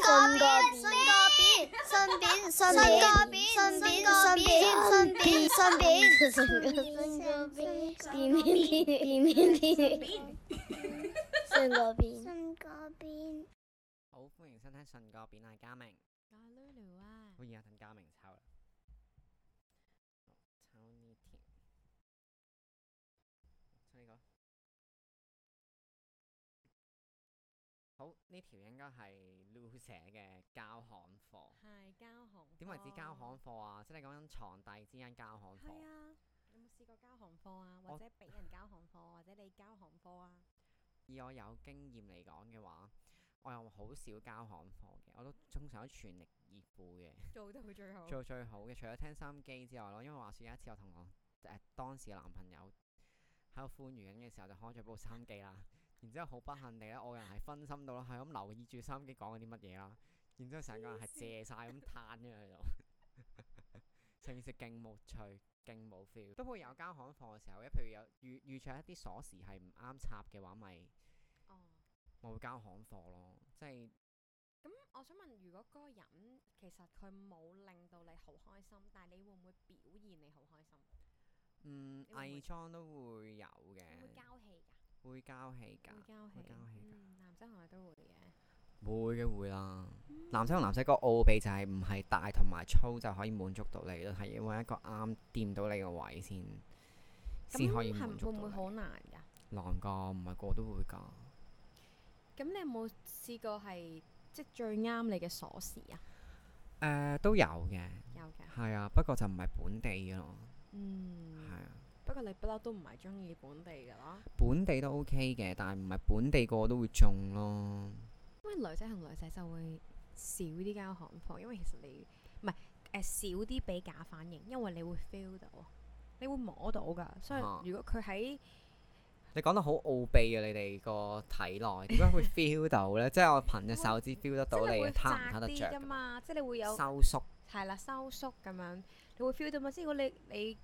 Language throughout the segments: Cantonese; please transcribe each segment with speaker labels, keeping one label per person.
Speaker 1: 身邊身邊身邊身邊身邊身邊身邊身邊身邊
Speaker 2: 信嗰邊，
Speaker 3: 好，歡迎收聽信個變啊，嘉明。
Speaker 4: 我係 Lulu 啊
Speaker 3: 好，，而家等嘉明抄啦。抄呢條，抄呢個。好，呢條應該係 Lu 寫嘅交行課。
Speaker 4: 係交行。
Speaker 3: 點為之交？行課啊？即係你講緊床弟之間交行
Speaker 4: 係
Speaker 3: 課。
Speaker 4: 啊，有冇試過交行課啊？
Speaker 3: 我
Speaker 4: 或者俾人交行課，或者你交行課啊？
Speaker 3: 以我有經驗嚟講嘅話，我又好少交行課嘅，我都通常都全力以赴嘅。
Speaker 4: 做到最後。
Speaker 3: 做最好嘅，除咗聽收音機之外咯，因為話説有一次我同我誒、呃當時嘅男朋友喺度歡愉緊嘅時候，就開咗部收音機啦。 然之後好不幸地咧，我個人係分心到啦，係咁留意住收音機講緊啲乜嘢啦。然之後成個人係謝晒咁攤咗喺度， 成件事勁無趣，勁冇 feel。都會有交行課嘅時候，一譬如有遇遇著一啲鎖匙係唔啱插嘅話，咪
Speaker 4: 哦，
Speaker 3: 咪會交行課咯，即係。
Speaker 4: 咁我想問，如果嗰個人其實佢冇令到你好開心，但係你會唔會表現你好開心？
Speaker 3: 嗯，
Speaker 4: 你會唔會
Speaker 3: 偽裝都會有
Speaker 4: 會唔會
Speaker 3: 嘅，
Speaker 4: 交氣
Speaker 3: 會交氣
Speaker 4: 㗎？會
Speaker 3: 㗎，
Speaker 4: 交氣。
Speaker 3: 會交氣㗎。
Speaker 4: 嗯男仔同女都會嘅。
Speaker 3: 會嘅會啦，男仔同男仔個奧秘就係唔係大同埋粗就可以滿足到你咯，係要揾一個啱掂到你個位先，先可以滿
Speaker 4: 係會
Speaker 3: 足
Speaker 4: 唔
Speaker 3: 到
Speaker 4: 會
Speaker 3: 你。
Speaker 4: 好難㗎？
Speaker 3: 難噶，唔係個個都會㗎。
Speaker 4: 咁你有冇試過係即係最啱你嘅鎖匙啊？
Speaker 3: 誒、都有嘅，
Speaker 4: 有㗎。
Speaker 3: 係啊，不過就唔係本地嘅咯，係
Speaker 4: 嗯。
Speaker 3: 啊，
Speaker 4: 不過你不嬲都唔係中意本地㗎啦，
Speaker 3: 本地都 OK 嘅，但係唔係本地個個都會中咯。
Speaker 4: 因為女仔同女仔就會少啲交行貨，因為其實你唔係誒少啲俾假反應，因為你會 feel 到，啊你會摸到㗎，所
Speaker 3: 啊
Speaker 4: 以如果佢喺
Speaker 3: 你講得好奧秘啊！你哋個體 內點解會 feel 到呢？即係我憑隻手指 feel 得
Speaker 4: 即
Speaker 3: 到
Speaker 4: 係你
Speaker 3: 你
Speaker 4: 會
Speaker 3: 攤唔攤
Speaker 4: 窄
Speaker 3: 得
Speaker 4: 啲㗎
Speaker 3: 着
Speaker 4: 嘛，即係你會有
Speaker 3: 㗎，收縮。
Speaker 4: 係啦收縮咁樣，你會 feel 到嘛？即係如果你你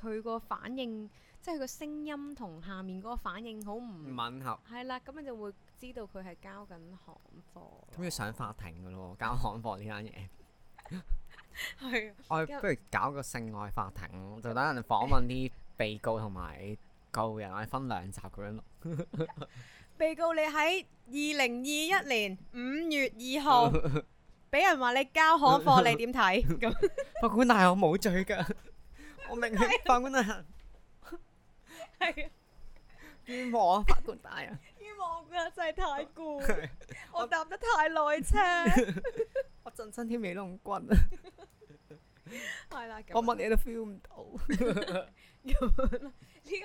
Speaker 4: 佢個反應，即係佢個聲音同下面嗰個反應好唔
Speaker 3: 吻合。
Speaker 4: 係啦，咁你就會知道佢係交緊行貨。
Speaker 3: 咁要上法庭噶咯喎，搞行貨呢單 嘢，
Speaker 4: 係啊
Speaker 3: 我
Speaker 4: 因
Speaker 3: 哋不如搞個性愛法庭咯，就等人訪問啲被告同埋告人，我哋分兩集咁樣錄。
Speaker 4: 被告你喺二零二一年五月二號俾人話你交行貨，你點睇？咁
Speaker 3: 法官大人，我冇罪噶， 我明係法官大人
Speaker 4: 係啊，
Speaker 3: 冤枉啊，法官大人。
Speaker 4: 冤枉啊！真係太攰，我搭得太耐 車。
Speaker 3: 我陣身添尾龍棍啊！
Speaker 4: 係啦，咁
Speaker 3: 我乜嘢都 feel 唔到。
Speaker 4: 咁呢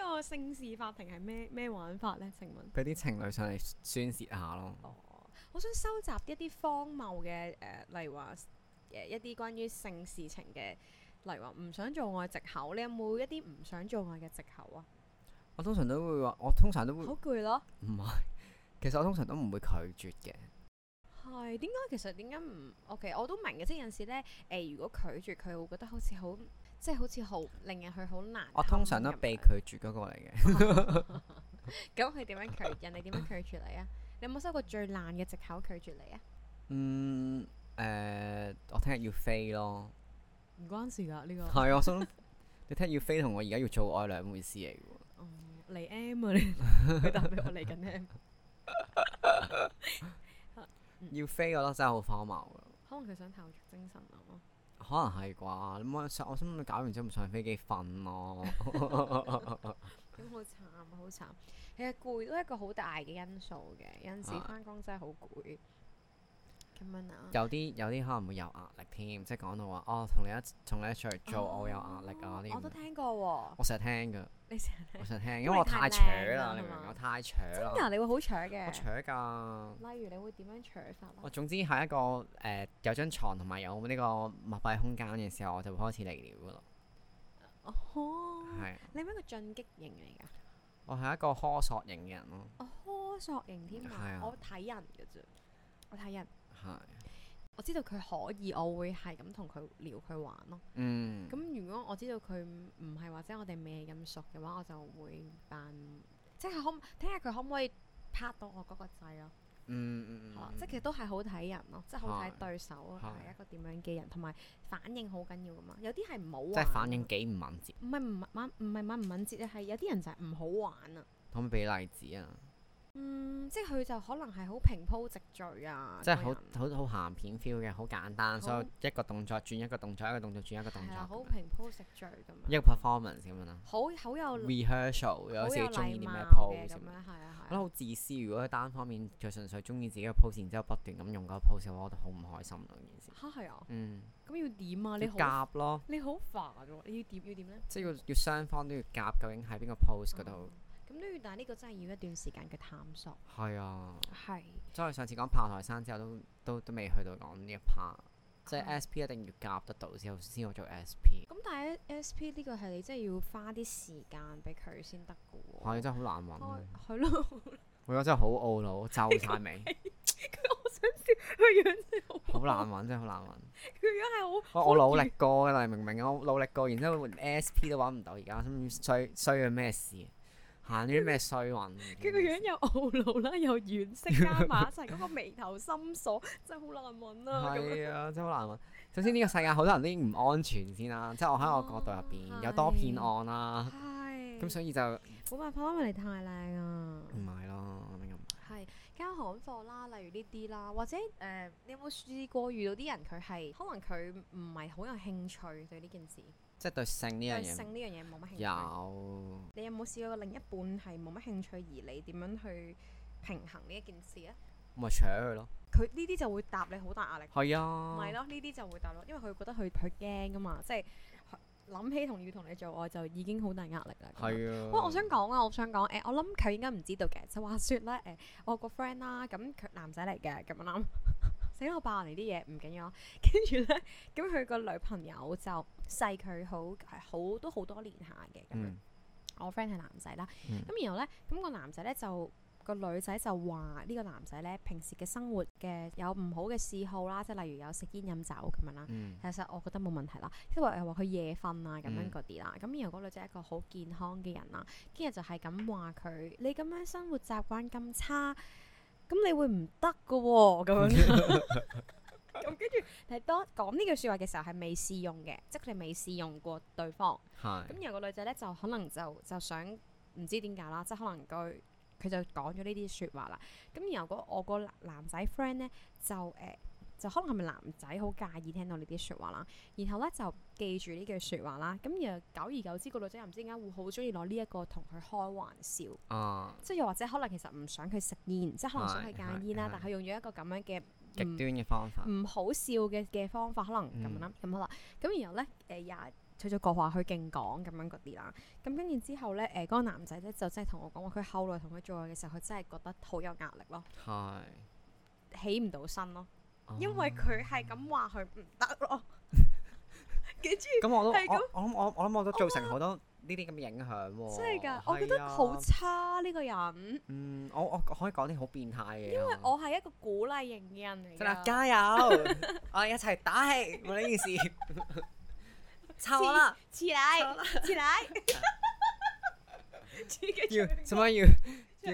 Speaker 4: 個性事法庭係咩咩玩法呢？請問，
Speaker 3: 俾啲情侶上嚟宣泄下咯。
Speaker 4: 哦，我想收集一啲荒謬嘅誒、呃例如話誒、一啲關於性事情嘅，例如話唔想做愛藉口，你有冇一啲唔想做愛嘅藉口啊？
Speaker 3: 我通常都會話，我通常都會
Speaker 4: 好攰咯。
Speaker 3: 唔係，其實我通常都唔會拒絕嘅。
Speaker 4: 係點解其實點解唔 OK？我都明嘅，即係有陣時咧，誒、如果拒絕佢，會覺得好似好，即係好似好令人佢好難。
Speaker 3: 我通常都被。拒絕嗰個嚟嘅。
Speaker 4: 咁佢點樣拒？人哋點樣拒絕你啊？你有冇收過最爛嘅藉口拒絕你啊？
Speaker 3: 嗯，誒，我聽日要飛咯。
Speaker 4: 唔關事㗎，呢、個
Speaker 3: 係啊，我心諗你聽要飛同我而家要做愛兩回事嚟嘅喎。
Speaker 4: 嚟 M 啊！你佢答俾我嚟緊 M，
Speaker 3: 要飛我覺得真係好荒謬啊
Speaker 4: 可能佢想投入精神啊。
Speaker 3: 可能係啩？咁我想我心諗搞完之後咪上飛機瞓 咯。
Speaker 4: 咁好慘啊！好慘。其實攰都係一個好大嘅因素嘅，有陣時
Speaker 3: 係
Speaker 4: 翻工真係好攰。咁樣啊。
Speaker 3: 有啲有啲可能會有壓力添，即係講到話哦，同你一同你一齊做我有壓力啊
Speaker 4: 哦
Speaker 3: 呢啲
Speaker 4: 我都
Speaker 3: 咁。
Speaker 4: 聽過喎。
Speaker 3: 我成日聽㗎，
Speaker 4: 你成日
Speaker 3: 我成日聽，
Speaker 4: 因
Speaker 3: 因
Speaker 4: 為
Speaker 3: 為我
Speaker 4: 太
Speaker 3: 太扯
Speaker 4: 靚啦
Speaker 3: 啦，你
Speaker 4: 係
Speaker 3: 明唔
Speaker 4: 嘛
Speaker 3: 明？我太扯啦，
Speaker 4: 嗱，你會好搶
Speaker 3: 我
Speaker 4: 嘅。
Speaker 3: 扯㗎。
Speaker 4: 例如你會點樣搶法啊
Speaker 3: 我
Speaker 4: 啦？
Speaker 3: 總之係一個誒、有張床同埋有呢個密閉空間嘅時候，我就會開始嚟料㗎咯。
Speaker 4: 哦，
Speaker 3: 係，
Speaker 4: 你係咪一個進擊型嚟㗎？
Speaker 3: 我係一個苛索型嘅人咯。
Speaker 4: 我苛索型添
Speaker 3: 係
Speaker 4: 啊！
Speaker 3: 啊
Speaker 4: 我睇人嘅啫，我睇人。
Speaker 3: 係，
Speaker 4: 我知道佢可以，我會係咁同佢撩佢玩咯。
Speaker 3: 嗯。
Speaker 4: 咁如果我知道佢唔唔係或者我哋未咁熟嘅話，我就會扮即係可唔睇下佢可唔可以拍到我嗰個掣咯。
Speaker 3: 嗯嗯
Speaker 4: 係啦
Speaker 3: 嗯，
Speaker 4: 即係其實都係好睇人咯，即係好睇
Speaker 3: 係
Speaker 4: 對手係
Speaker 3: 係
Speaker 4: 一個點樣嘅人，同埋反應好緊要噶嘛。有啲係唔好
Speaker 3: 即
Speaker 4: 玩，
Speaker 3: 係反應幾唔敏捷，
Speaker 4: 唔係唔敏唔係敏唔敏捷啊，係有啲人就係唔好玩啊。
Speaker 3: 可唔可以俾例子啊？
Speaker 4: 嗯，即係佢就可能係好平鋪直敍啊，
Speaker 3: 即係
Speaker 4: 個
Speaker 3: 好
Speaker 4: 人
Speaker 3: 好好鹹片 feel 嘅，好簡單，所以一個動作轉一個動作，一個動作轉一個動
Speaker 4: 係
Speaker 3: 作
Speaker 4: 啦，好
Speaker 3: 咁樣，
Speaker 4: 平鋪直敍咁
Speaker 3: 一
Speaker 4: 樣，
Speaker 3: 個 performance 咁樣啦
Speaker 4: 好好有好
Speaker 3: ，rehearsal 有
Speaker 4: 有
Speaker 3: 時中意
Speaker 4: 禮
Speaker 3: 啲
Speaker 4: 貌嘅
Speaker 3: 咩 pose
Speaker 4: 咁
Speaker 3: 咁
Speaker 4: 樣，
Speaker 3: 樣。
Speaker 4: 係啊
Speaker 3: 我覺
Speaker 4: 係
Speaker 3: 得
Speaker 4: 啊。
Speaker 3: 好自私，如果佢單方面就純粹中意自己嘅 pose，然之後不斷咁用嗰個 pose，我覺得好唔開心咯件事。
Speaker 4: 嚇係啊，
Speaker 3: 嗯，
Speaker 4: 咁要點啊？
Speaker 3: 要
Speaker 4: 你好
Speaker 3: 夾咯，
Speaker 4: 你好煩喎，你要點要點咧？
Speaker 3: 即係要要雙方都要夾，究竟喺邊個 pose 嗰度？
Speaker 4: 咁都要，但係呢個真係要一段時間嘅探索。
Speaker 3: 係啊，
Speaker 4: 係
Speaker 3: 所以我上次講炮台山之後都都都未去到講呢一 part，即係
Speaker 4: 嗯
Speaker 3: SP 一定要夾得到之後先好做 SP。
Speaker 4: 咁但係 SP 呢個係你真係要花啲時間俾佢先得嘅
Speaker 3: 係
Speaker 4: 喎。
Speaker 3: 真係好難揾
Speaker 4: 開
Speaker 3: 啊，
Speaker 4: 係咯，
Speaker 3: 我而家真係好懊惱，皺 晒眉，
Speaker 4: 我想笑佢樣真係好，
Speaker 3: 好難揾，真係好難揾。
Speaker 4: 佢樣係好。
Speaker 3: 我我努力過㗎啦，你明唔明啊？我努力過，然之後連 SP 都揾唔到，而家心衰衰咗咩事？行咗啲咩衰 運？
Speaker 4: 佢個樣又懊惱啦，又惋惜加埋一齊，嗰個眉頭深鎖，真係好難揾啦。咁樣
Speaker 3: 係啊，真係好難揾。首先呢個世界好多人都已經唔安全先啦，即係我喺我角度入邊有多騙案啦，
Speaker 4: 哦係
Speaker 3: 咁所以就唔
Speaker 4: 冇辦法啦，因為你太靚啊。
Speaker 3: 係咯，明唔明
Speaker 4: 係交行貨啦，例如呢啲啦，或者誒、呃你有冇試過遇到啲人佢係可能佢唔係好有興趣對呢件事，
Speaker 3: 即係對性呢樣
Speaker 4: 對
Speaker 3: 嘢
Speaker 4: 性呢樣嘢冇乜興趣。
Speaker 3: 有，
Speaker 4: 你有冇試過另一半係冇乜興趣，而你點樣去平衡呢一件事咧？
Speaker 3: 咪扯佢咯。
Speaker 4: 佢呢啲就會答你好大壓力，唔
Speaker 3: 係啊，
Speaker 4: 係咯？呢啲就會答咯，因為佢覺得佢佢驚噶嘛，即係諗起同要同你做愛就已經好大壓力啦。咁樣
Speaker 3: 係啊。
Speaker 4: 喂，我想講啊，我想講誒、我諗佢應該唔知道嘅，就話説咧誒，我個 friend 啦，咁佢男仔嚟嘅，咁樣啦， 死啦！我爆人哋啲嘢唔緊要啊，跟住咧，咁佢個女朋友就細佢好係好都好多年下嘅，咁樣、
Speaker 3: 嗯，
Speaker 4: 我 friend 係男仔啦，
Speaker 3: 嗯
Speaker 4: 咁、然後咧，咁、個男仔咧就。個女仔就話呢個男仔咧，平時嘅生活嘅有唔好嘅嗜好啦，即係例如有食煙飲酒咁樣啦。
Speaker 3: 嗯
Speaker 4: 其實我覺得冇問題啦，因為又話佢夜瞓啊咁樣
Speaker 3: 嗯
Speaker 4: 嗰啲啦，咁然後嗰女仔係一個好健康嘅人啦，跟住就係咁話佢，你咁樣生活習慣咁差，咁你會唔得噶喎咁樣。 咁跟住，但係當講呢句説話嘅時候係未試用嘅，即係佢哋未試用過對方。
Speaker 3: 係。
Speaker 4: 咁然後個女仔咧就可能就就想唔知點解啦，即係可能佢佢就講咗呢啲説話啦。咁然後嗰我個男仔 friend 咧就誒、呃就可能係咪男仔好介意聽到呢啲説話啦，然後咧就記住呢句説話啦。咁然後久而久之，個女仔又唔知點解會好中意攞呢一個同佢開玩笑，
Speaker 3: 啊，
Speaker 4: 即係又或者可能其實唔想佢食煙，即係可能想佢
Speaker 3: 係
Speaker 4: 戒煙啦
Speaker 3: 係，
Speaker 4: 但係佢用咗一個咁樣嘅
Speaker 3: 極
Speaker 4: 唔
Speaker 3: 端嘅方法。
Speaker 4: 唔好笑嘅嘅方法，可能咁樣啦，
Speaker 3: 嗯
Speaker 4: 咁好啦。咁然後咧，誒廿佢就個話佢勁講咁樣嗰啲啦。咁跟住之後咧，誒、嗰個男仔咧就真係同我講話，佢後來同佢做愛嘅時候，佢真係覺得好有壓力咯，
Speaker 3: 係。啊
Speaker 4: 起唔到身咯，
Speaker 3: 哦
Speaker 4: 因為佢係咁話佢唔得 咯。跟住
Speaker 3: 咁我都我
Speaker 4: 係咁
Speaker 3: 我諗我我諗我都造成好多呢啲咁嘅影響喎。
Speaker 4: 真係㗎，我覺得
Speaker 3: 係啊
Speaker 4: 好差呢個人。
Speaker 3: 嗯，我我可以講啲好變態嘅嘢啊。因為
Speaker 4: 我啊係一個鼓勵型嘅人嚟
Speaker 3: 真係
Speaker 4: 㗎。
Speaker 3: 加油， 我哋一齊打氣，冇呢 件事。臭我啦！
Speaker 4: 起來，起 來！自己
Speaker 3: 要
Speaker 4: 唱
Speaker 3: 使
Speaker 4: 歌
Speaker 3: 唔使要要
Speaker 4: 唱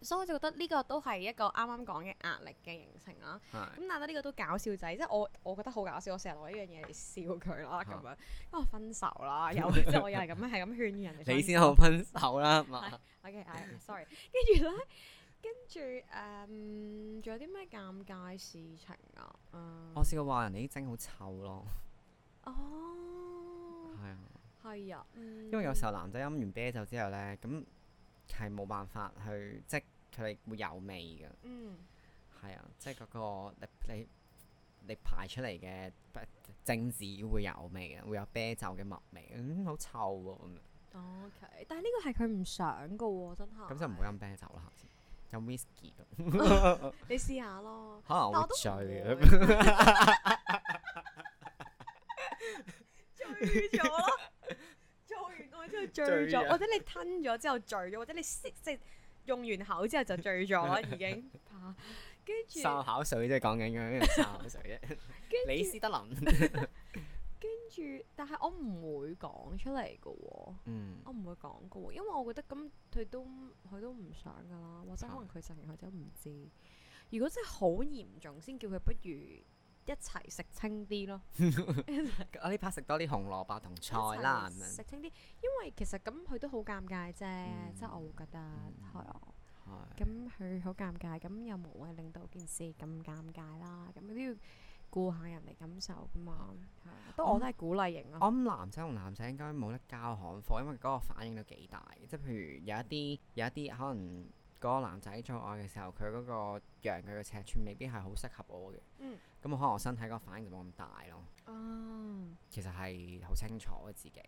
Speaker 4: 所以我就覺得呢個都係一個啱啱講嘅壓力嘅形成啦。
Speaker 3: 係
Speaker 4: 咁但係呢個都搞笑仔，即係我我覺得好搞笑，我成日攞呢樣嘢嚟笑佢啦
Speaker 3: 啊
Speaker 4: 咁樣，因為分手 啦，又即係我又係咁樣係咁勸喻人哋分手。
Speaker 3: 你先好分手啦嘛
Speaker 4: 係！OK，係 sorry。跟住咧，跟住誒，仲有啲咩尷尬事情啊？
Speaker 3: 我
Speaker 4: 誒，
Speaker 3: 試過話人哋啲精好臭咯，
Speaker 4: 哦，
Speaker 3: 係啊，
Speaker 4: 係啊，因
Speaker 3: 因為有時候男仔飲完啤酒之後咧，咁係冇辦法去，即係佢哋會有味嘅，
Speaker 4: 嗯。
Speaker 3: 係啊，即係嗰個你你你排出嚟嘅精子會有味嘅，會有啤酒嘅墨味，嗯，好臭喎咁樣，
Speaker 4: O K，但係呢個係佢唔想噶喎，真係。
Speaker 3: 咁就唔好飲啤酒啦，下次飲 whisky 咯，
Speaker 4: 你試下咯。
Speaker 3: 可能
Speaker 4: 但
Speaker 3: 我
Speaker 4: 我
Speaker 3: 會
Speaker 4: 都
Speaker 3: 醉
Speaker 4: 唔
Speaker 3: 嘅。
Speaker 4: 會醉咗咯，跟住醉
Speaker 5: 醉
Speaker 4: 咗，
Speaker 5: 咗
Speaker 4: 或者你吞咗之後醉咗，或者你食即係用完口之後就醉咗已經嚇，跟住
Speaker 3: 漱口水啫，講緊咁樣漱口水啫。
Speaker 4: 跟
Speaker 3: 李
Speaker 4: 住
Speaker 3: 斯 德林，
Speaker 4: 跟住，但係我唔會講出嚟嘅喎。
Speaker 3: 嗯，
Speaker 4: 我唔會講嘅喎，因為我覺得咁佢都佢都唔想噶啦，或者可能佢實情佢都唔知。如果真係好嚴重，先叫佢不如一齊食清啲咯，
Speaker 3: 我呢排食多啲紅蘿蔔同菜啦，
Speaker 4: 一齊
Speaker 3: 咁樣
Speaker 4: 食清啲，因為其實咁佢都好尷尬啫，
Speaker 3: 嗯
Speaker 4: 即係我會覺得係啊。
Speaker 3: 係
Speaker 4: 咁佢好尷尬，咁又無謂令到件事咁尷尬啦。咁都要顧下人哋感受噶嘛，係啊都我都係鼓勵型
Speaker 3: 我
Speaker 4: 咯。
Speaker 3: 諗男仔同男仔應該冇得交行貨，因為嗰個反應都幾大嘅。即係譬如有一啲有一啲可能嗰個男仔做愛嘅時候，佢嗰個讓佢嘅尺寸未必係好適合我嘅。
Speaker 4: 嗯。
Speaker 3: 咁可能我身體嗰個反應就冇咁大咯。
Speaker 4: 啊，
Speaker 3: 其實係好清楚嘅自己，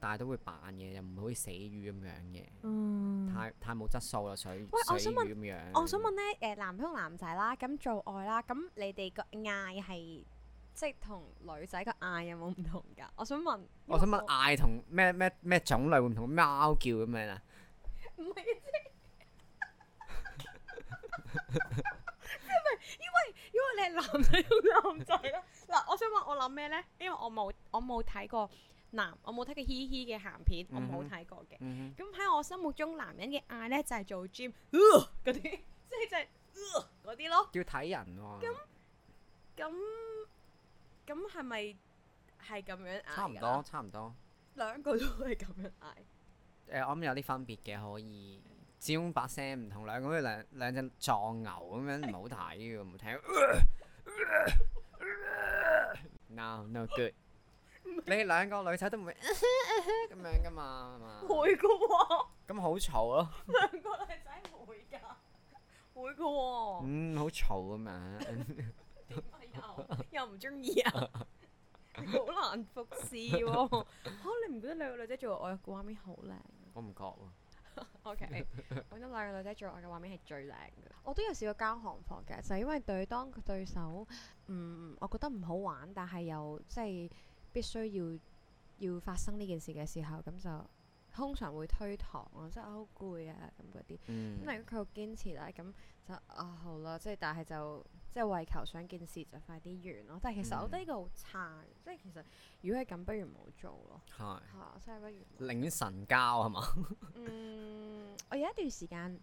Speaker 3: 但係都會扮嘢，又唔會好似死魚咁樣嘅。
Speaker 4: 嗯。
Speaker 3: 太太冇質素啦，水
Speaker 4: 喂我想
Speaker 3: 水魚咁樣。
Speaker 4: 我想問咧，誒、男同男仔啦，咁做愛啦，咁你哋個嗌係即係同女仔個嗌有冇唔同㗎？我想問，因為
Speaker 3: 我想問嗌同咩咩咩種類會唔同？喵叫咁樣啊？
Speaker 4: 唔係即係因為因為你係男仔同男仔啦。啊嗱，我想問我諗咩咧？因為我冇我冇睇過男，我冇睇過嘻嘻嘅鹹片，我冇
Speaker 3: 嗯哼
Speaker 4: 睇過嘅。
Speaker 3: 嗯
Speaker 4: 咁喺我心目中，男人嘅嗌咧就係、做 gym 呃嗰啲， 即係就係呃嗰啲咯
Speaker 3: 哼。要睇人喎，
Speaker 4: 咁咁係咪係咁樣嗌？
Speaker 3: 差唔多，，差唔多。
Speaker 4: 兩個都係咁樣嗌。
Speaker 3: 誒、我諗有啲分別嘅，可以始終把聲唔同，兩個好似兩兩隻撞牛咁樣，唔好睇嘅，唔好聽。no no good，你兩個女仔都唔會咁樣噶嘛，係嘛？
Speaker 4: 會噶喎，
Speaker 3: 咁好嘈咯，
Speaker 4: 兩個女仔會㗎，會噶喎。
Speaker 3: 嗯，好嘈咁樣。
Speaker 4: 點啊又又唔中意啊，好難服侍 喎、嚇你唔覺得兩個女仔做愛嘅畫面好靚
Speaker 3: 我唔覺喎，
Speaker 4: ？OK，我覺 得兩個女仔做愛嘅畫面係最靚嘅。我都有試過交行貨嘅，就係因為對當個對手，嗯，我覺得唔好玩，但係又即係必須要要發生呢件事嘅時候，咁就通常會推搪咯，即係啊好攰啊咁嗰啲。
Speaker 3: 嗯
Speaker 4: 咁，如果佢好堅持啦，咁就啊好啦，即係但係就即係為求想件事就快啲完咯。但係其實
Speaker 3: 嗯
Speaker 4: 我覺得呢個好差，即係其實如果係咁，不如唔好做咯。
Speaker 3: 係
Speaker 4: 係啊，真係不如唔好。
Speaker 3: 寧願神交係 嘛？
Speaker 4: 嗯，我有一段時間，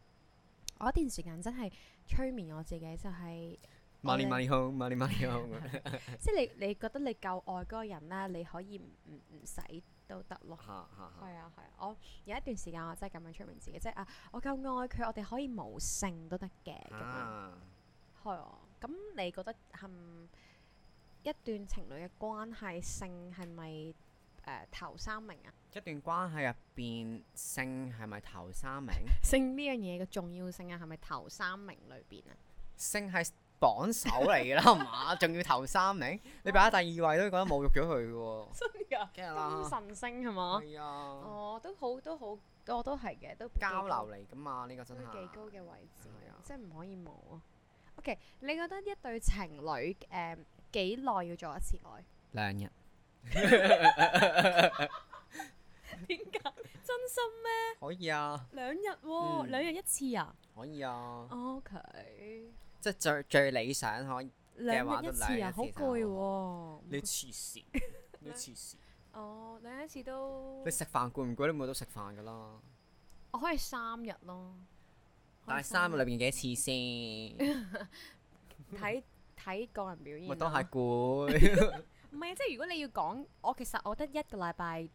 Speaker 4: 我有一段時間真係催眠我自己，就 係、
Speaker 3: money
Speaker 4: 我哋
Speaker 3: money home money money home 咁樣
Speaker 4: 即係你你覺得你夠愛嗰個人啦，你可以唔唔唔使都得咯。
Speaker 3: 嚇嚇嚇
Speaker 4: 係啊係啊，我有一段時間我真係咁樣催眠自己，即係啊，我夠愛佢，我哋可以無性都得嘅咁樣。
Speaker 3: 啊
Speaker 4: 係啊，咁你覺得係唔一段情侶嘅關係性係咪誒頭三名啊？
Speaker 3: 一段關係入邊，性係咪頭三名？
Speaker 4: 性呢樣嘢嘅重要性啊，係咪頭三名裏邊啊？
Speaker 3: 性係榜首嚟㗎 啦，係嘛？仲要頭三名，你擺喺第二位都覺得侮辱咗佢㗎喎。
Speaker 4: 真㗎，
Speaker 3: 梗係
Speaker 4: 咁
Speaker 3: 啦，
Speaker 4: 神聖係嘛？
Speaker 3: 係啊，
Speaker 4: 哦，都好都好，我都係嘅，都幾
Speaker 3: 交流
Speaker 4: 高
Speaker 3: 嚟㗎嘛，呢個真
Speaker 4: 都
Speaker 3: 係
Speaker 4: 幾高嘅位置
Speaker 3: 係啊，
Speaker 4: 即係唔可以冇啊。OK，你覺得一對情侶誒幾耐要做一次愛？
Speaker 3: 兩日。
Speaker 4: 點解？真心咩？
Speaker 3: 可以啊，
Speaker 4: 兩日
Speaker 3: 嗯兩
Speaker 4: 日一次啊
Speaker 3: 可以啊，
Speaker 4: ？OK。
Speaker 3: 即係最最理想可以。
Speaker 4: 兩
Speaker 3: 話
Speaker 4: 日一
Speaker 3: 都
Speaker 4: 次
Speaker 3: 兩
Speaker 4: 啊，
Speaker 3: 日
Speaker 4: 好
Speaker 3: 一次就
Speaker 4: 攰喎。
Speaker 3: 你黐 線，你黐線。
Speaker 4: 哦，兩日一次都
Speaker 3: 你，食飯攰唔攰？你每日都食飯㗎啦。
Speaker 4: 我可以三日咯。啊
Speaker 3: 但係三日裏邊幾多次
Speaker 4: 可
Speaker 3: 先？
Speaker 4: 以三日睇睇個人表現
Speaker 3: 咪
Speaker 4: 咯。
Speaker 3: 都係 攰。
Speaker 4: 唔係即係如果你要講，我其實我覺得一個禮拜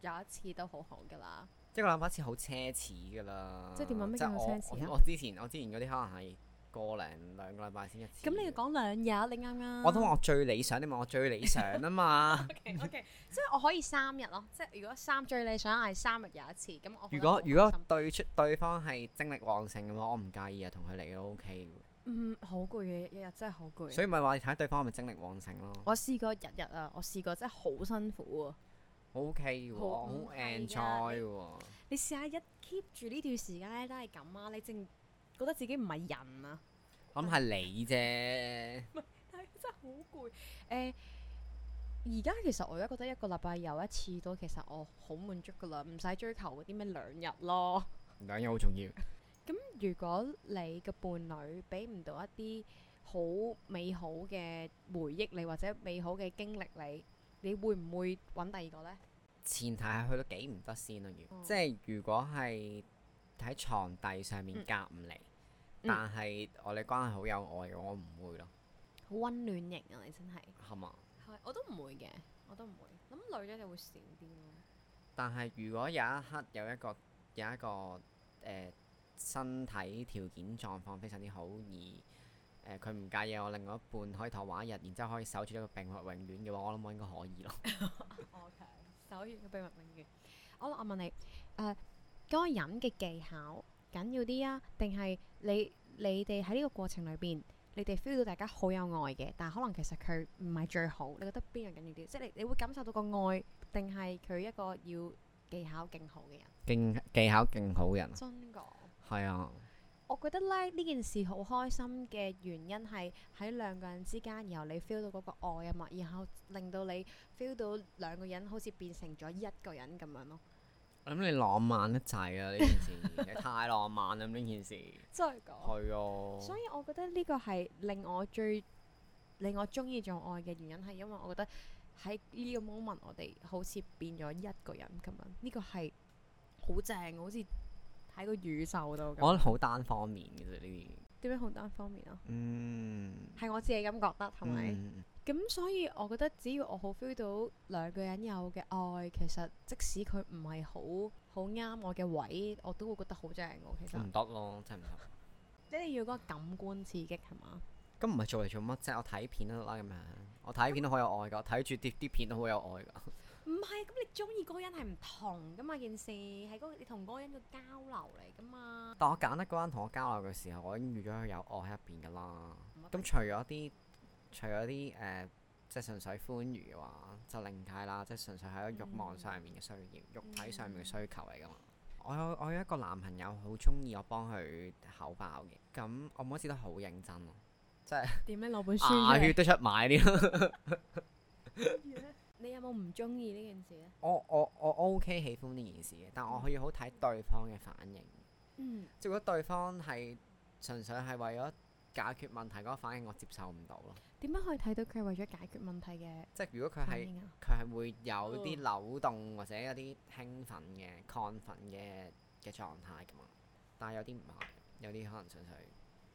Speaker 4: 有一次都好好㗎啦。
Speaker 3: 一個禮拜一次好奢侈噶啦，
Speaker 4: 即係點啊咩
Speaker 3: 係
Speaker 4: 叫
Speaker 3: 我
Speaker 4: 好奢侈啊
Speaker 3: 我我之前我之前嗰啲可能係個零兩個禮拜先一次。
Speaker 4: 咁你要講啊兩日，你啱唔啱？
Speaker 3: 我都話 我最理想，你問我最理想啊嘛。
Speaker 4: OK OK，即係我可以三日咯。即係如果三最理想係三日有一次，咁我覺
Speaker 3: 如
Speaker 4: 得好
Speaker 3: 果如果
Speaker 4: 開心
Speaker 3: 對出對方係精力旺盛嘅話，我唔介意啊，同佢嚟都 OK 嘅。
Speaker 4: 嗯好攰嘅，日日真係好攰。
Speaker 3: 所以咪話你睇對方係咪精力旺盛咯。
Speaker 4: 我試過日日啊，我試過真係好辛苦啊。
Speaker 3: 我 OK 嘅喎，
Speaker 4: 好
Speaker 3: 我好
Speaker 4: 唔係㗎
Speaker 3: enjoy
Speaker 4: 你
Speaker 3: 嘅喎。
Speaker 4: 你試下一 keep 住呢段時間咧都係咁啊！你淨覺得自己唔係人啊，
Speaker 3: 我諗係你啫，
Speaker 4: 但係真係好攰。誒、而家其實我而家覺得一個禮拜有一次到，其實我好滿足噶啦，唔使追求嗰啲咩兩日咯。
Speaker 3: 兩樣好重要。
Speaker 4: 咁如果你嘅伴侶俾唔到一啲好美好嘅回憶你，或者美好嘅經歷你，你會唔會揾第二個呢？
Speaker 3: 前提係去到幾唔得先咯，如
Speaker 4: 哦
Speaker 3: 即係如果係喺床底上面
Speaker 4: 嗯
Speaker 3: 夾唔嚟，
Speaker 4: 嗯
Speaker 3: 但係我哋關係好有愛嘅，我唔會咯，
Speaker 4: 好温暖型啊！你真係，
Speaker 3: 係嘛？
Speaker 4: 係我都唔會嘅，我都唔會。咁女仔就會少啲咯。
Speaker 3: 但係如果有一刻有一個有一個誒、呃身體條件狀況非常之好，而誒佢唔介意我另外一半可以同我玩一日，然之後可以守住一個病學永遠嘅話，我諗我應該可以咯。
Speaker 4: OK，手語嘅秘密永遠。我我問你，誒、嗰個人嘅技巧緊要啲啊，定係你你哋喺呢個過程裏邊，你哋 feel 到大家好有愛嘅，但可能其實佢唔係最好，你覺得邊樣緊要啲？即係你你會感受到個愛，定係佢一個要技巧勁好嘅人？
Speaker 3: 勁技巧勁好人，
Speaker 4: 真講。
Speaker 3: 係啊，
Speaker 4: 我覺得咧呢件事好開心嘅原因係喺兩個人之間，然後你 feel 到嗰個愛啊嘛，然後令到你 feel 到兩個人好似變成咗一個人咁樣咯。
Speaker 3: 我諗你浪漫得滯啊呢件 事，你太浪漫啦呢件事，
Speaker 4: 真係講。
Speaker 3: 係啊。
Speaker 4: 所以我覺得呢個係令我最令我中意做愛嘅原因係因為我覺得喺呢個 moment 我哋好似變咗一個人咁樣，呢、個係好正，好似喺個宇宙度
Speaker 3: 我覺得
Speaker 4: 咁。
Speaker 3: 好單方面嘅啫呢啲，
Speaker 4: 點樣好單方面啊？
Speaker 3: 嗯，
Speaker 4: 係我自己咁覺得，係咪？
Speaker 3: 嗯
Speaker 4: 咁所以，我覺得只要我好 feel 到兩個人有嘅愛，其實即使佢唔係好好啱我嘅位，我都會覺得好正喎。其實，
Speaker 3: 唔得咯，真係唔得。
Speaker 4: 即係要嗰個感官刺激係嘛？
Speaker 3: 咁唔係做嚟做乜啫？我睇片都得啦，咁樣。我睇片都好有愛噶，我睇住啲啲片都好有愛噶。
Speaker 4: 唔係，咁你中意嗰個人係唔同噶嘛？件事係嗰個你同嗰個人嘅交流嚟噶嘛？
Speaker 3: 但我揀得嗰個人同我交流嘅時候，我已經預咗佢有愛喺入邊噶啦。咁除咗啲，除咗啲誒，即係純粹歡愉嘅話，就另計啦。即係純粹係一個慾望上面嘅需要，肉體上面嘅需求嚟噶嘛。我有我有一個男朋友好中意我幫佢口爆嘅，咁我每一次都好認真咯，即係
Speaker 4: 點樣攞本書
Speaker 3: 牙啊血
Speaker 4: 出
Speaker 3: 都出埋啲。
Speaker 4: 嚟？你有冇唔中意呢件事啊咧？
Speaker 3: 我我我 OK 喜歡呢件事嘅，但我可以好睇對方嘅反應。
Speaker 4: 嗯，
Speaker 3: 即係如果對方係純粹係為咗解決問題嗰個反應，我接受唔到咯。
Speaker 4: 點樣可以睇到佢係為咗解決問題嘅
Speaker 3: 即係如果佢
Speaker 4: 反
Speaker 3: 係
Speaker 4: 應啊？
Speaker 3: 佢係會有
Speaker 4: 嗯
Speaker 3: 啲扭動或者有啲興奮嘅亢奮嘅嘅狀態㗎嘛，但係有啲唔係，有啲可能純粹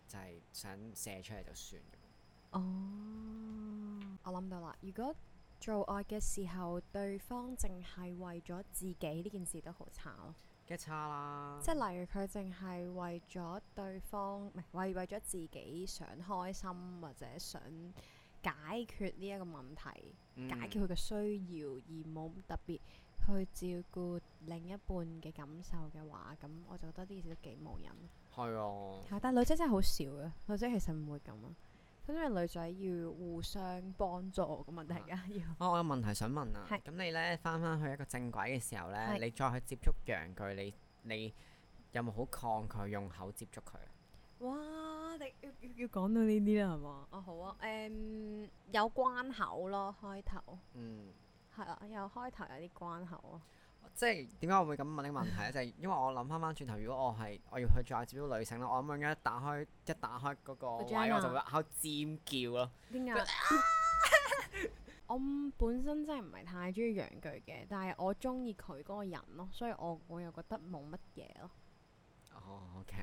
Speaker 3: 就係想射出嚟就算咁。啊
Speaker 4: 哦，我諗到啦。如果做愛嘅時候，對方淨係為咗自己呢件事都好差咯。
Speaker 3: 梗係差啦，
Speaker 4: 即係例如佢淨係為咗對方，唔係為為咗自己想開心或者想解決呢一個問題，
Speaker 3: 嗯
Speaker 4: 解決佢嘅需要，而冇特別去照顧另一半嘅感受嘅話，咁我就覺得呢件事都幾冇癮。
Speaker 3: 係啊，
Speaker 4: 係，但係女仔真係好少嘅，女仔其實唔會咁啊。咁因為女仔要互相幫助咁嘛，大家要
Speaker 3: 啊我有問題想問啊，
Speaker 4: 係
Speaker 3: 咁你咧翻翻去一個正軌嘅時候咧，
Speaker 4: 係
Speaker 3: 你再去接觸陽具，你你有冇好抗拒用口接觸佢？啊
Speaker 4: 哇！你要要要講到呢啲啦，係嘛？哦，好啊，誒、有關口咯，開頭
Speaker 3: 嗯，
Speaker 4: 係啊，有開頭有啲關口啊。
Speaker 3: 即係點解我會咁問呢個問 題咧？就係因為我諗翻翻轉頭，如果我係我要去再接觸女性咧，我諗應一打開一打開嗰個
Speaker 4: Vagina
Speaker 3: 位，我就會口尖叫咯。
Speaker 4: 點解？ 我本身真係唔係太中意陽具嘅，但係我中意佢嗰個人咯，所以我我又覺得冇乜嘢咯。
Speaker 3: 哦，OK，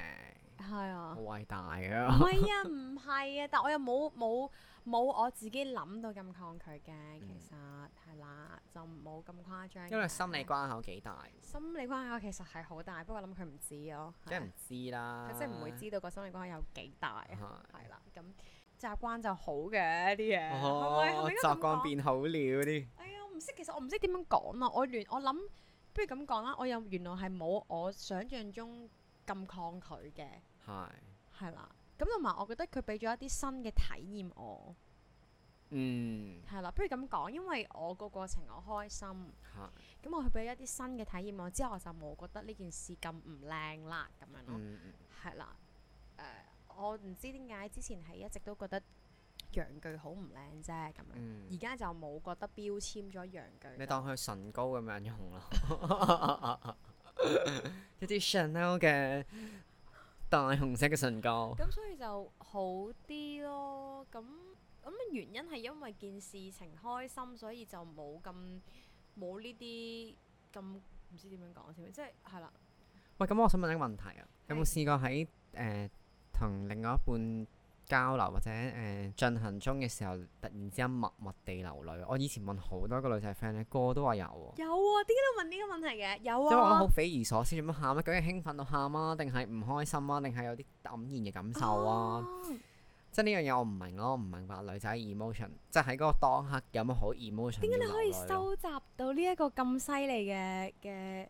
Speaker 4: 係啊
Speaker 3: 好。偉大
Speaker 4: 唔
Speaker 3: 啊！
Speaker 4: 係啊，唔係啊，但我又冇冇冇我自己諗到咁抗拒嘅，其實係啦，就冇咁誇張嘅。
Speaker 3: 嗯因為心理關口幾大，
Speaker 4: 心理關口其實係好大，不過諗佢唔知咯，係
Speaker 3: 梗係
Speaker 4: 啊
Speaker 3: 唔知啊啦。
Speaker 4: 佢即係唔會知道個心理關口有幾大啊，
Speaker 3: 係。
Speaker 4: 係啦，咁習慣就好嘅啲嘢，係咪係咪，應
Speaker 3: 哦
Speaker 4: 該咁
Speaker 3: 習慣
Speaker 4: 講
Speaker 3: 變好了嗰啲。
Speaker 4: 哎呀，我唔識，其實我唔識點樣講啊！我聯我諗，不如咁講啦，我又原來係冇我想象中咁抗拒嘅，
Speaker 3: 係。
Speaker 4: 係啦。咁同埋我覺得佢俾咗一啲新嘅體驗我，
Speaker 3: 嗯，
Speaker 4: 係啦。不如咁講，因為我個過程我開心，
Speaker 3: 係。
Speaker 4: 咁我去俾一啲新嘅體驗我之後，我就冇覺得呢件事咁唔靚啦咁樣咯，
Speaker 3: 嗯嗯。
Speaker 4: 係啦。誒、我唔知點解之前係一直都覺得陽具好唔靚啫咁樣。
Speaker 3: 嗯
Speaker 4: 而家就冇覺得標籤咗陽具就。
Speaker 3: 你當佢唇膏咁樣用咯， 一啲 Chanel 嘅大紅色嘅唇膏。
Speaker 4: 咁所以就好啲咯。咁咁原因係因為件事情開心，所以就冇咁冇呢啲咁唔知點樣講添，即係係啦。
Speaker 3: 喂，咁我想問一個問題啊，有冇
Speaker 4: 係
Speaker 3: 試過喺誒同另外一半交流或者誒、呃、進行中嘅時候，突然之間默默地流淚？我以前問好多個女仔 friend 咧，個個都話有喎，
Speaker 4: 有啊，點解你問呢個問題嘅？有
Speaker 3: 哦即係我覺得
Speaker 4: 啊
Speaker 3: 好，匪夷所思，做乜喊啊？究竟興奮到喊啊，定係唔開心啊，定係有啲黯然嘅感受啊？
Speaker 4: 哦
Speaker 3: 即係呢樣嘢我唔明咯，我唔明白女仔 emotion，即係喺嗰個當刻有乜好 emotion？
Speaker 4: 點
Speaker 3: 點
Speaker 4: 解你可以
Speaker 3: 啊
Speaker 4: 收集到呢一個咁犀利嘅嘅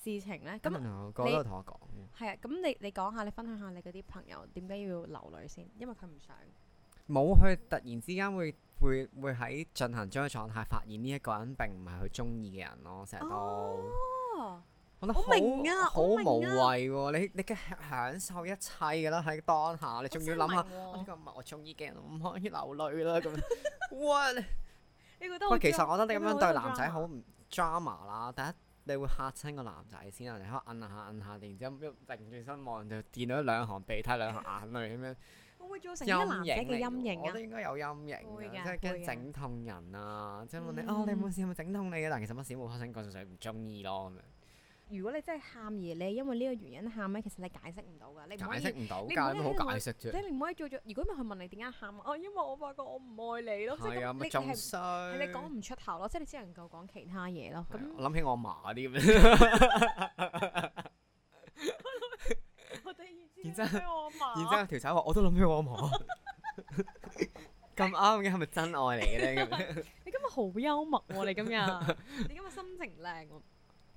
Speaker 4: 事情呢？咁
Speaker 3: 咁啊，個個都同我講，
Speaker 4: 係啊，咁你你講下，你分享下你嗰啲朋友點解要流淚先？因為佢唔想。
Speaker 3: 冇佢突然之間會會會喺進行中嘅狀態發現呢一個人並唔係佢中意嘅人咯，成日都
Speaker 4: 哦，
Speaker 3: 我覺得好
Speaker 4: 我明啊
Speaker 3: 好
Speaker 4: 我明啊
Speaker 3: 無謂喎！你你嘅享受一切㗎啦，喺當下你仲要諗下
Speaker 4: 我真係明喎
Speaker 3: 啊呢個唔係我中意嘅人，我唔可以流淚 啦咁。哇！你
Speaker 4: 你覺得好
Speaker 3: 喂，其實我覺得你咁樣對
Speaker 4: 好
Speaker 3: 男仔
Speaker 4: drama
Speaker 3: 好唔 drama 啦，第一你會嚇親個男仔先啊，你可以摁下摁下，然之後一擰轉身望就見到兩行鼻涕、兩行眼淚咁樣。
Speaker 4: 會唔會造成一個男
Speaker 3: 陰
Speaker 4: 仔
Speaker 3: 影
Speaker 4: 嘅
Speaker 3: 嚟
Speaker 4: 陰
Speaker 3: 㗎，
Speaker 4: 影
Speaker 3: 我覺
Speaker 4: 啊
Speaker 3: 得？應該有陰影
Speaker 4: 會
Speaker 3: 啊，
Speaker 4: 㗎
Speaker 3: 即係
Speaker 4: 會
Speaker 3: 驚
Speaker 4: 㗎
Speaker 3: 整痛人啊，即係問你哦，你有冇事？有冇整痛你啊？但其實乜事都冇發生過，純粹唔中意咯咁樣，
Speaker 4: 如果你真係喊而你因為呢個原因喊咧，其實你解釋唔到㗎，你唔可
Speaker 3: 解
Speaker 4: 以，
Speaker 3: 釋唔到
Speaker 4: 你唔可以
Speaker 3: 㗎，都
Speaker 4: 喺度
Speaker 3: 好
Speaker 4: 話
Speaker 3: 解釋
Speaker 4: 即
Speaker 3: 啫。
Speaker 4: 係你唔可以做咗。如果唔係佢問你點解喊啊，哦因為我發覺我唔愛你咯，即係
Speaker 3: 係啊，
Speaker 4: 咁
Speaker 3: 咪
Speaker 4: 你
Speaker 3: 仲
Speaker 4: 係
Speaker 3: 衰。
Speaker 4: 係你講唔出口咯，即係你只能夠講其他嘢咯。
Speaker 3: 係
Speaker 4: 咁
Speaker 3: 啊我諗起我阿嫲啲咁樣，
Speaker 4: 我突然
Speaker 3: 然之後
Speaker 4: 之間我阿
Speaker 3: 然之後條仔話我都諗起我阿嫲。咁啱嘅係咪真愛嚟嘅咧？咁樣
Speaker 4: 你今日好幽默 喎、你今日你今日心情靚喎、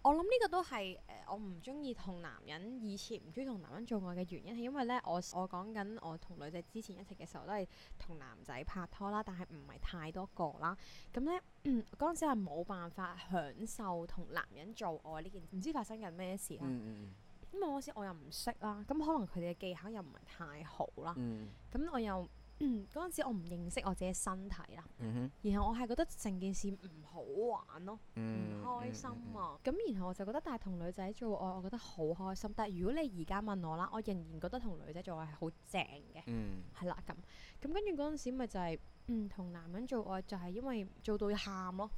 Speaker 4: 我諗呢個都係誒、呃我唔中意同男人以前唔中意同男人做愛嘅原因，係因為咧，我我講緊我同女仔之前一齊嘅時候都係同男仔拍拖啦，但係唔係太多個啦。咁咧 嗰陣時係冇辦法享受同男人做愛呢件，唔知發生緊咩事啦。
Speaker 3: 嗯
Speaker 4: 因為嗰陣時我又唔識啦，咁可能佢哋嘅技巧又唔係太好啦
Speaker 3: 嗯。嗯
Speaker 4: 咁我又嗰陣時我唔認識我自己身體啦。
Speaker 3: 嗯哼
Speaker 4: 然後我係覺得成件事唔好玩咯，唔、
Speaker 3: 嗯
Speaker 4: 開心啊！咁、然後我就覺得，但係同女仔做愛，我覺得好開心。但係如果你而家問我啦，我仍然覺得同女仔做愛係好正嘅，
Speaker 3: 嗯
Speaker 4: 係啦咁。咁跟住嗰陣時咪就係、嗯，同男人做愛就係因為做到喊咯，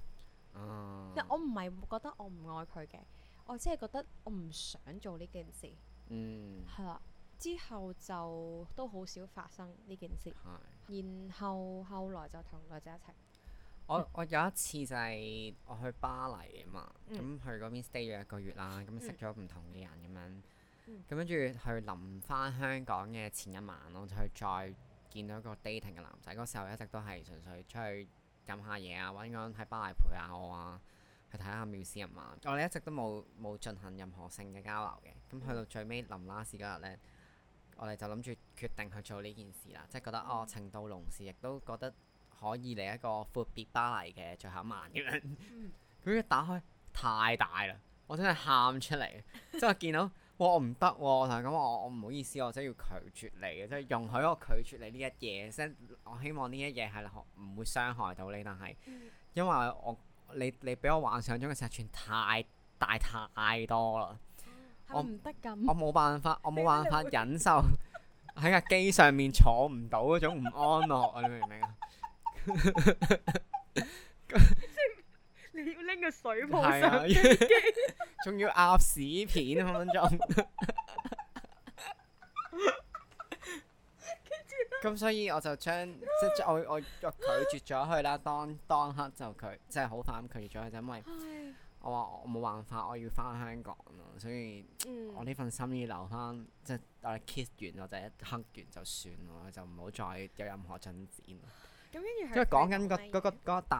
Speaker 3: 嗯啊
Speaker 4: 但我唔係覺得我唔愛佢嘅，我只係覺得我唔想做呢件事，
Speaker 3: 嗯
Speaker 4: 係啦。之後就都好少發生呢件事，
Speaker 3: 係。
Speaker 4: 然後後來就同女仔一齊。
Speaker 3: 我我有一次就係我去巴黎啊嘛，咁、去嗰邊 stay 咗一個月啦，咁識咗唔同嘅人咁樣，
Speaker 4: 嗯
Speaker 3: 咁跟住去臨翻香港嘅前一晚咯，我就去再見到一個 dating 嘅男仔，嗰時候一直都係純粹出去飲下嘢啊，揾個人喺巴黎陪下我啊，去睇下 museum 啊，我哋一直都冇冇進行任何性嘅交流嘅，咁去到最尾臨 last 嗰日咧，我哋就諗住決定去做呢件事啦，即係覺得哦情到濃時，亦都覺得。可以嚟一個闊別巴黎嘅最後一晚咁樣。 咁一打開太大啦，我真係喊出嚟。即係我見到，哇！我唔得喎，我同佢講話我我唔好意思，我真係要拒絕你嘅，即係容許我拒絕你呢一夜。即係我希望呢一夜係可唔會傷害到你，但係因為我你你俾我幻想中嘅尺寸太大太多啦。我
Speaker 4: 係咪唔得咁？
Speaker 3: 我冇辦法，我冇辦法
Speaker 4: 你
Speaker 3: 忍受喺架機上面坐唔到嗰種唔安樂啊！你明唔明啊？
Speaker 4: 你要拎個 水泡
Speaker 3: 係
Speaker 4: 上，
Speaker 3: 啊，仲要鴨屎片分分鐘。咁所以我就將即即我我我拒絕咗佢啦，當當刻就佢即係好快咁拒絕咗佢，就因為
Speaker 4: 唉
Speaker 3: 我話我冇辦法，我要翻香港咯，所以
Speaker 4: 嗯
Speaker 3: 我呢份心意留翻，即係我哋 kiss 完或者一刻完就算咯，就唔好再有任何進展啦。
Speaker 4: 咁跟住
Speaker 3: 因為講緊個
Speaker 4: 佢
Speaker 3: 嗰個嗰個大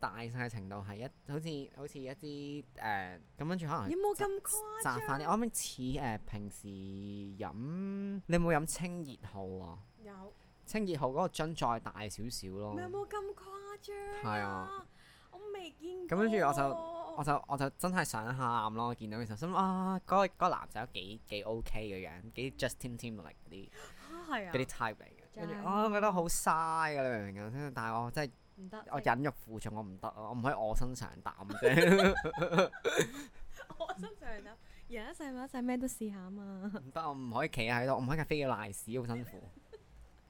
Speaker 3: 大細程度係一好似好似一啲誒咁跟住可能
Speaker 4: 有冇咁誇
Speaker 3: 雜飯啲，我諗似誒平時飲你有冇飲清熱號啊？
Speaker 4: 有
Speaker 3: 清熱號嗰個樽再大少少咯。
Speaker 4: 有冇咁誇張？
Speaker 3: 哦係啊，
Speaker 4: 我未見哦
Speaker 3: 咁跟住我就我就我就真係想喊咯！我見到佢就心諗啊，嗰、個嗰個男仔都幾幾 OK 嘅樣，幾 Justin Timberlake 嗰啲
Speaker 4: 就係啊
Speaker 3: 嗰啲，type 嚟嘅。跟住啊，我覺得好嘥㗎，你明唔明啊？真係但係我真係
Speaker 4: 唔得，哎
Speaker 3: 我
Speaker 4: 即係
Speaker 3: 忍辱負重，我唔得啊，我唔可以我身上膽啫，
Speaker 4: 我身上有人一世物一世咩都試下啊嘛。
Speaker 3: 唔得，我唔可以企喺度，我唔可以架飛機賴屎，好辛苦。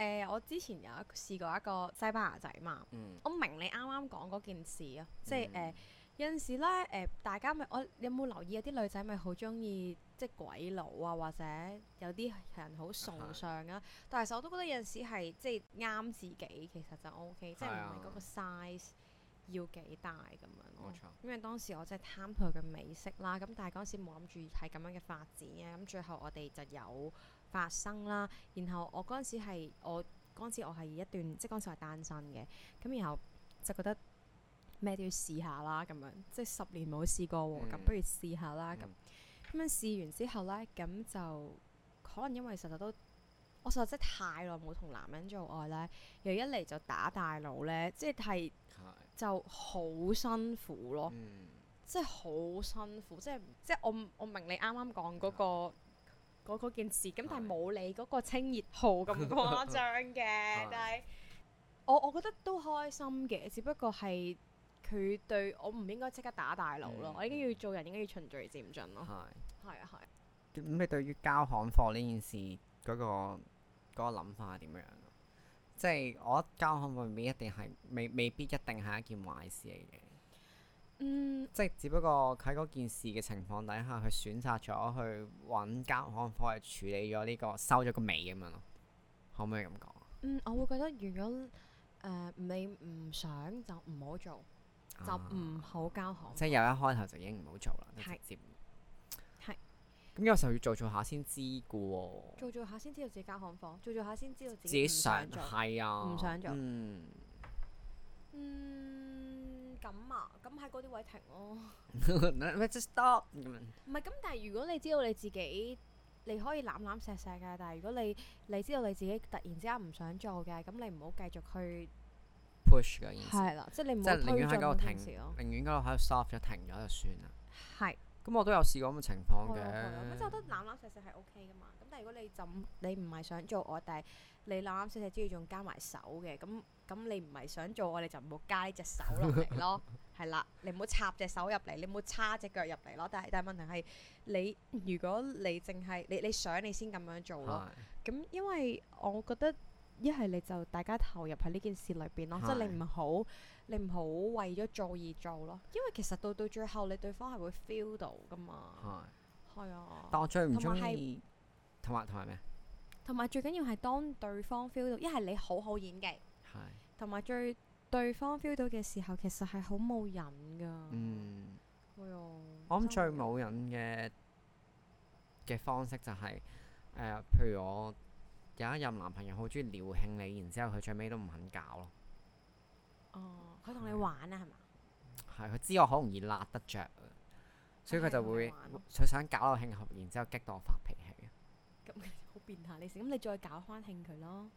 Speaker 4: 誒、我之前有一個試過一個西班牙仔嘛，
Speaker 3: 嗯，
Speaker 4: 我明你啱啱講嗰件事啊，即係誒、
Speaker 3: 嗯
Speaker 4: 有陣時咧誒、大家咪我你有冇留意有啲女仔咪好中意即係鬼佬啊，或者有啲人好崇尚啊，但係其實我都覺得有陣時係即係啱自己，其實就 O、k 即係
Speaker 3: 係
Speaker 4: 唔
Speaker 3: 啊
Speaker 4: 係嗰個 size 要幾大咁樣咯
Speaker 3: 冇。錯。
Speaker 4: 因為當時我真係貪佢嘅美式啦，咁但係嗰陣時冇諗住係咁樣嘅發展嘅，咁最後我哋就有發生啦。然後我嗰陣時係我嗰陣時我係一段即係嗰陣時我係單身嘅，咁然後就覺得咩都要試下啦，咁樣即係十年冇試過喎，咁、
Speaker 3: 嗯
Speaker 4: 不如試下啦啊咁
Speaker 3: 嗯。
Speaker 4: 咁樣試完之後呢，咁就可能因為實在都我實在真係太耐冇同男人做愛咧，又一嚟就打大佬呢，即係
Speaker 3: 嗯係。
Speaker 4: 就好辛苦咯。
Speaker 3: 嗯。
Speaker 4: 即係好辛苦，即係即係我唔我明你啱啱講嗰個。嗰嗰件事，咁但係
Speaker 3: 啊係
Speaker 4: 冇你嗰個清熱號咁誇張嘅
Speaker 3: 係，
Speaker 4: 但係我我覺得都開心嘅，只不過係佢對我唔應該即刻打大佬咯，
Speaker 3: 嗯
Speaker 4: 我應該要做人應該要循序漸進咯，
Speaker 3: 係。
Speaker 4: 係啊係啊。
Speaker 3: 咁你對於交行貨呢件事嗰、個嗰、個諗法係點樣啊？即係我覺得交行貨未一定係未未必一定係一件壞事嚟嘅，
Speaker 4: 嗯，
Speaker 3: 即係只不過喺嗰件事嘅情況底下，佢選擇咗去揾交行貨去處理咗呢、個收咗個尾咁樣咯，可唔可以咁講？啊
Speaker 4: 嗯，我會覺得如果誒你唔想就唔好做，就唔
Speaker 3: 啊
Speaker 4: 好交行。
Speaker 3: 即係由一開頭就已經唔好做啦，就
Speaker 4: 係
Speaker 3: 直接
Speaker 4: 係
Speaker 3: 咁有時候要做做下先知嘅喎，
Speaker 4: 做做下先知道自己交行貨，做做下先知道自
Speaker 3: 自
Speaker 4: 己唔
Speaker 3: 己
Speaker 4: 想
Speaker 3: 想
Speaker 4: 做。
Speaker 3: 係啊，
Speaker 4: 唔想做
Speaker 3: 嗯
Speaker 4: 嗯，咁啊，咁喺嗰啲位停咯。
Speaker 3: ，just stop 咁樣。
Speaker 4: 唔係咁，但係如果你知道你自己，你可以攬攬錫錫嘅。但係如果你你知道你自己突然之間唔想做嘅，咁你唔好繼續去
Speaker 3: push 嘅件事，
Speaker 4: 係啦，即係你唔
Speaker 3: 即
Speaker 4: 好
Speaker 3: 係寧
Speaker 4: 推
Speaker 3: 願喺
Speaker 4: 進
Speaker 3: 嗰度
Speaker 4: 嗰件
Speaker 3: 停
Speaker 4: 事咯，。
Speaker 3: 寧願嗰度喺度 stop 咗停咗就算啦。
Speaker 4: 係，
Speaker 3: 咁我都有試過咁嘅情況
Speaker 4: 我有咁即係我覺
Speaker 3: 嘅，
Speaker 4: 得攬攬錫錫係 OK 噶嘛。咁但係如果你就唔你唔係想做我，但係你攬攬錫錫之餘仲加埋手嘅，咁咁你唔係想做我，你就唔好加呢隻手落嚟 咯。係啦，你唔好插隻手入嚟，你唔好叉隻腳入嚟咯。但係但係問題係，你如果你淨係你你想你先咁樣做咯。
Speaker 3: 係
Speaker 4: 咁因為我覺得一係你就大家投入喺呢件事裏邊咯，即係你唔好你唔好為咗做而做咯，因為其實到到最後你對方係會 feel 到噶嘛，
Speaker 3: 係。
Speaker 4: 係啊，
Speaker 3: 但我最唔
Speaker 4: 同
Speaker 3: 中
Speaker 4: 埋係
Speaker 3: 意同埋同埋咩？
Speaker 4: 同埋最緊要係當對方 feel 到，一係你好好演技，
Speaker 3: 係
Speaker 4: 同埋最對方 feel 到嘅時候，其實係好冇癮噶，
Speaker 3: 嗯，
Speaker 4: 係啊，
Speaker 3: 我諗最
Speaker 4: 真係
Speaker 3: 冇癮嘅嘅方式就係誒，譬如我有一任男朋友好中意撩興你，然之後佢最尾都唔肯搞咯。
Speaker 4: 哦，佢同你玩啊係嘛？
Speaker 3: 係佢知我好容易辣得着，所以佢就
Speaker 4: 係同你
Speaker 3: 會
Speaker 4: 玩咯
Speaker 3: 佢想搞我慶合，然之後激到我發脾氣。
Speaker 4: 咁好變態你事，咁你再搞翻興佢咯。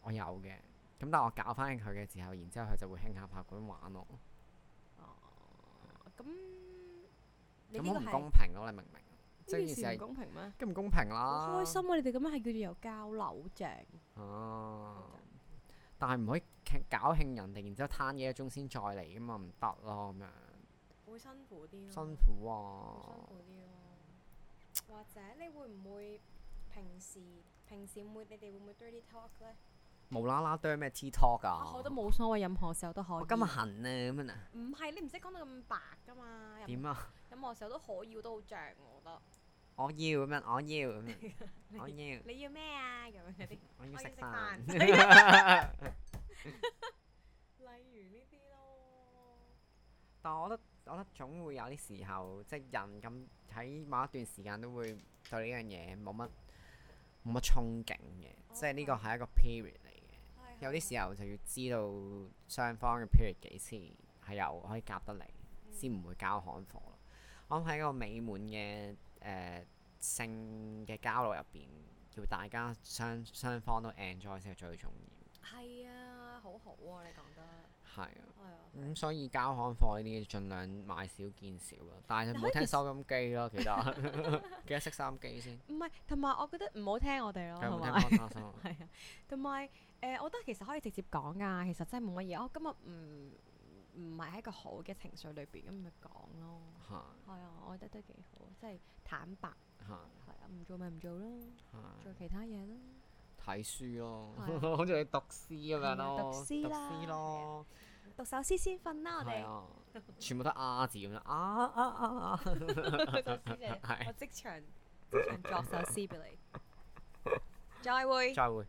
Speaker 3: 我有嘅，咁但係我搞翻佢嘅時候，然之後佢就會興下拍館玩我，
Speaker 4: 哦，咁你
Speaker 3: 咁
Speaker 4: 呢個
Speaker 3: 好唔
Speaker 4: 係
Speaker 3: 公平咯，你明唔明？即係
Speaker 4: 呢
Speaker 3: 件
Speaker 4: 件
Speaker 3: 事
Speaker 4: 事唔
Speaker 3: 係
Speaker 4: 公平咩？
Speaker 3: 咁唔公平
Speaker 4: 好
Speaker 3: 啦。
Speaker 4: 開心啊！你哋咁樣係叫做有交流正，
Speaker 3: 啊！但係唔可以傾搞興人哋，然之後攤幾個鐘先再嚟噶嘛，唔得咯咁樣，
Speaker 4: 會辛苦啲
Speaker 3: 辛苦
Speaker 4: 會辛
Speaker 3: 啊！
Speaker 4: 苦啲咯。或者你會唔會平時平時會你哋會唔會 dirty talk 咧？
Speaker 3: 無啦啦啄咩 T talk
Speaker 4: 啊，
Speaker 3: 啊
Speaker 4: 我！都冇所謂，任何時候都可以。
Speaker 3: 我今日痕啊咁樣啊，
Speaker 4: 唔係你唔識講到咁白噶嘛？任
Speaker 3: 點啊？
Speaker 4: 任何時候都可以，我都好正我覺得。
Speaker 3: 我要咁樣，我要咁樣， 我要
Speaker 4: 你要咩啊？咁樣嗰啲。
Speaker 3: 我
Speaker 4: 我
Speaker 3: 要
Speaker 4: 要
Speaker 3: 食
Speaker 4: 食
Speaker 3: 飯。
Speaker 4: 飯。例
Speaker 3: 嗯
Speaker 4: 如呢啲咯。
Speaker 3: 但我覺得，我覺得總會有啲時候，即係人咁喺某一段時間都會對呢樣嘢冇乜冇乜憧憬嘅，即係呢個係一個 period 嚟嘅。
Speaker 4: 啊
Speaker 3: 有啲時候就要知道雙方嘅 period 幾時係有可以夾得嚟，先唔會交行貨咯。我諗喺一個美滿嘅誒、呃性嘅交流入邊，要大家雙雙方都 enjoy 先係最重要。
Speaker 4: 係啊，好好啊，你講得
Speaker 3: 係啊。
Speaker 4: 係啊，
Speaker 3: 咁、所以交行貨呢啲盡量買少見少咯，但
Speaker 4: 你
Speaker 3: 係唔
Speaker 4: 可
Speaker 3: 好
Speaker 4: 以
Speaker 3: 聽
Speaker 4: 其實
Speaker 3: 收音機咯，記得記得熄收音機先，
Speaker 4: 唔係，同埋我覺得哦唔好聽我哋咯，
Speaker 3: 繼續
Speaker 4: 同
Speaker 3: 聽
Speaker 4: 埋
Speaker 3: podcast 咯
Speaker 4: 係啊，同埋呃誒，我覺得其實可以直接講噶，其實真係冇乜嘢。我今日唔唔係喺一個好嘅情緒裏邊，咁咪講咯。
Speaker 3: 嚇
Speaker 4: 係啊，我覺得都幾好，即係坦白，係
Speaker 3: 嚇
Speaker 4: 啊，唔做咪唔做咯，
Speaker 3: 嚇
Speaker 4: 做其他嘢咯。
Speaker 3: 睇書咯
Speaker 4: 係，
Speaker 3: 好似你讀詩咁
Speaker 4: 係啊
Speaker 3: 樣咯，
Speaker 4: 讀詩啦
Speaker 3: 讀詩咯，
Speaker 4: 讀首詩先瞓啦，我
Speaker 3: 係
Speaker 4: 哋
Speaker 3: 啊，全部都啊字咁啦，啊啊啊 啊！
Speaker 4: 首詩嚟，我即場即場作首詩俾你。再會。
Speaker 3: 再會。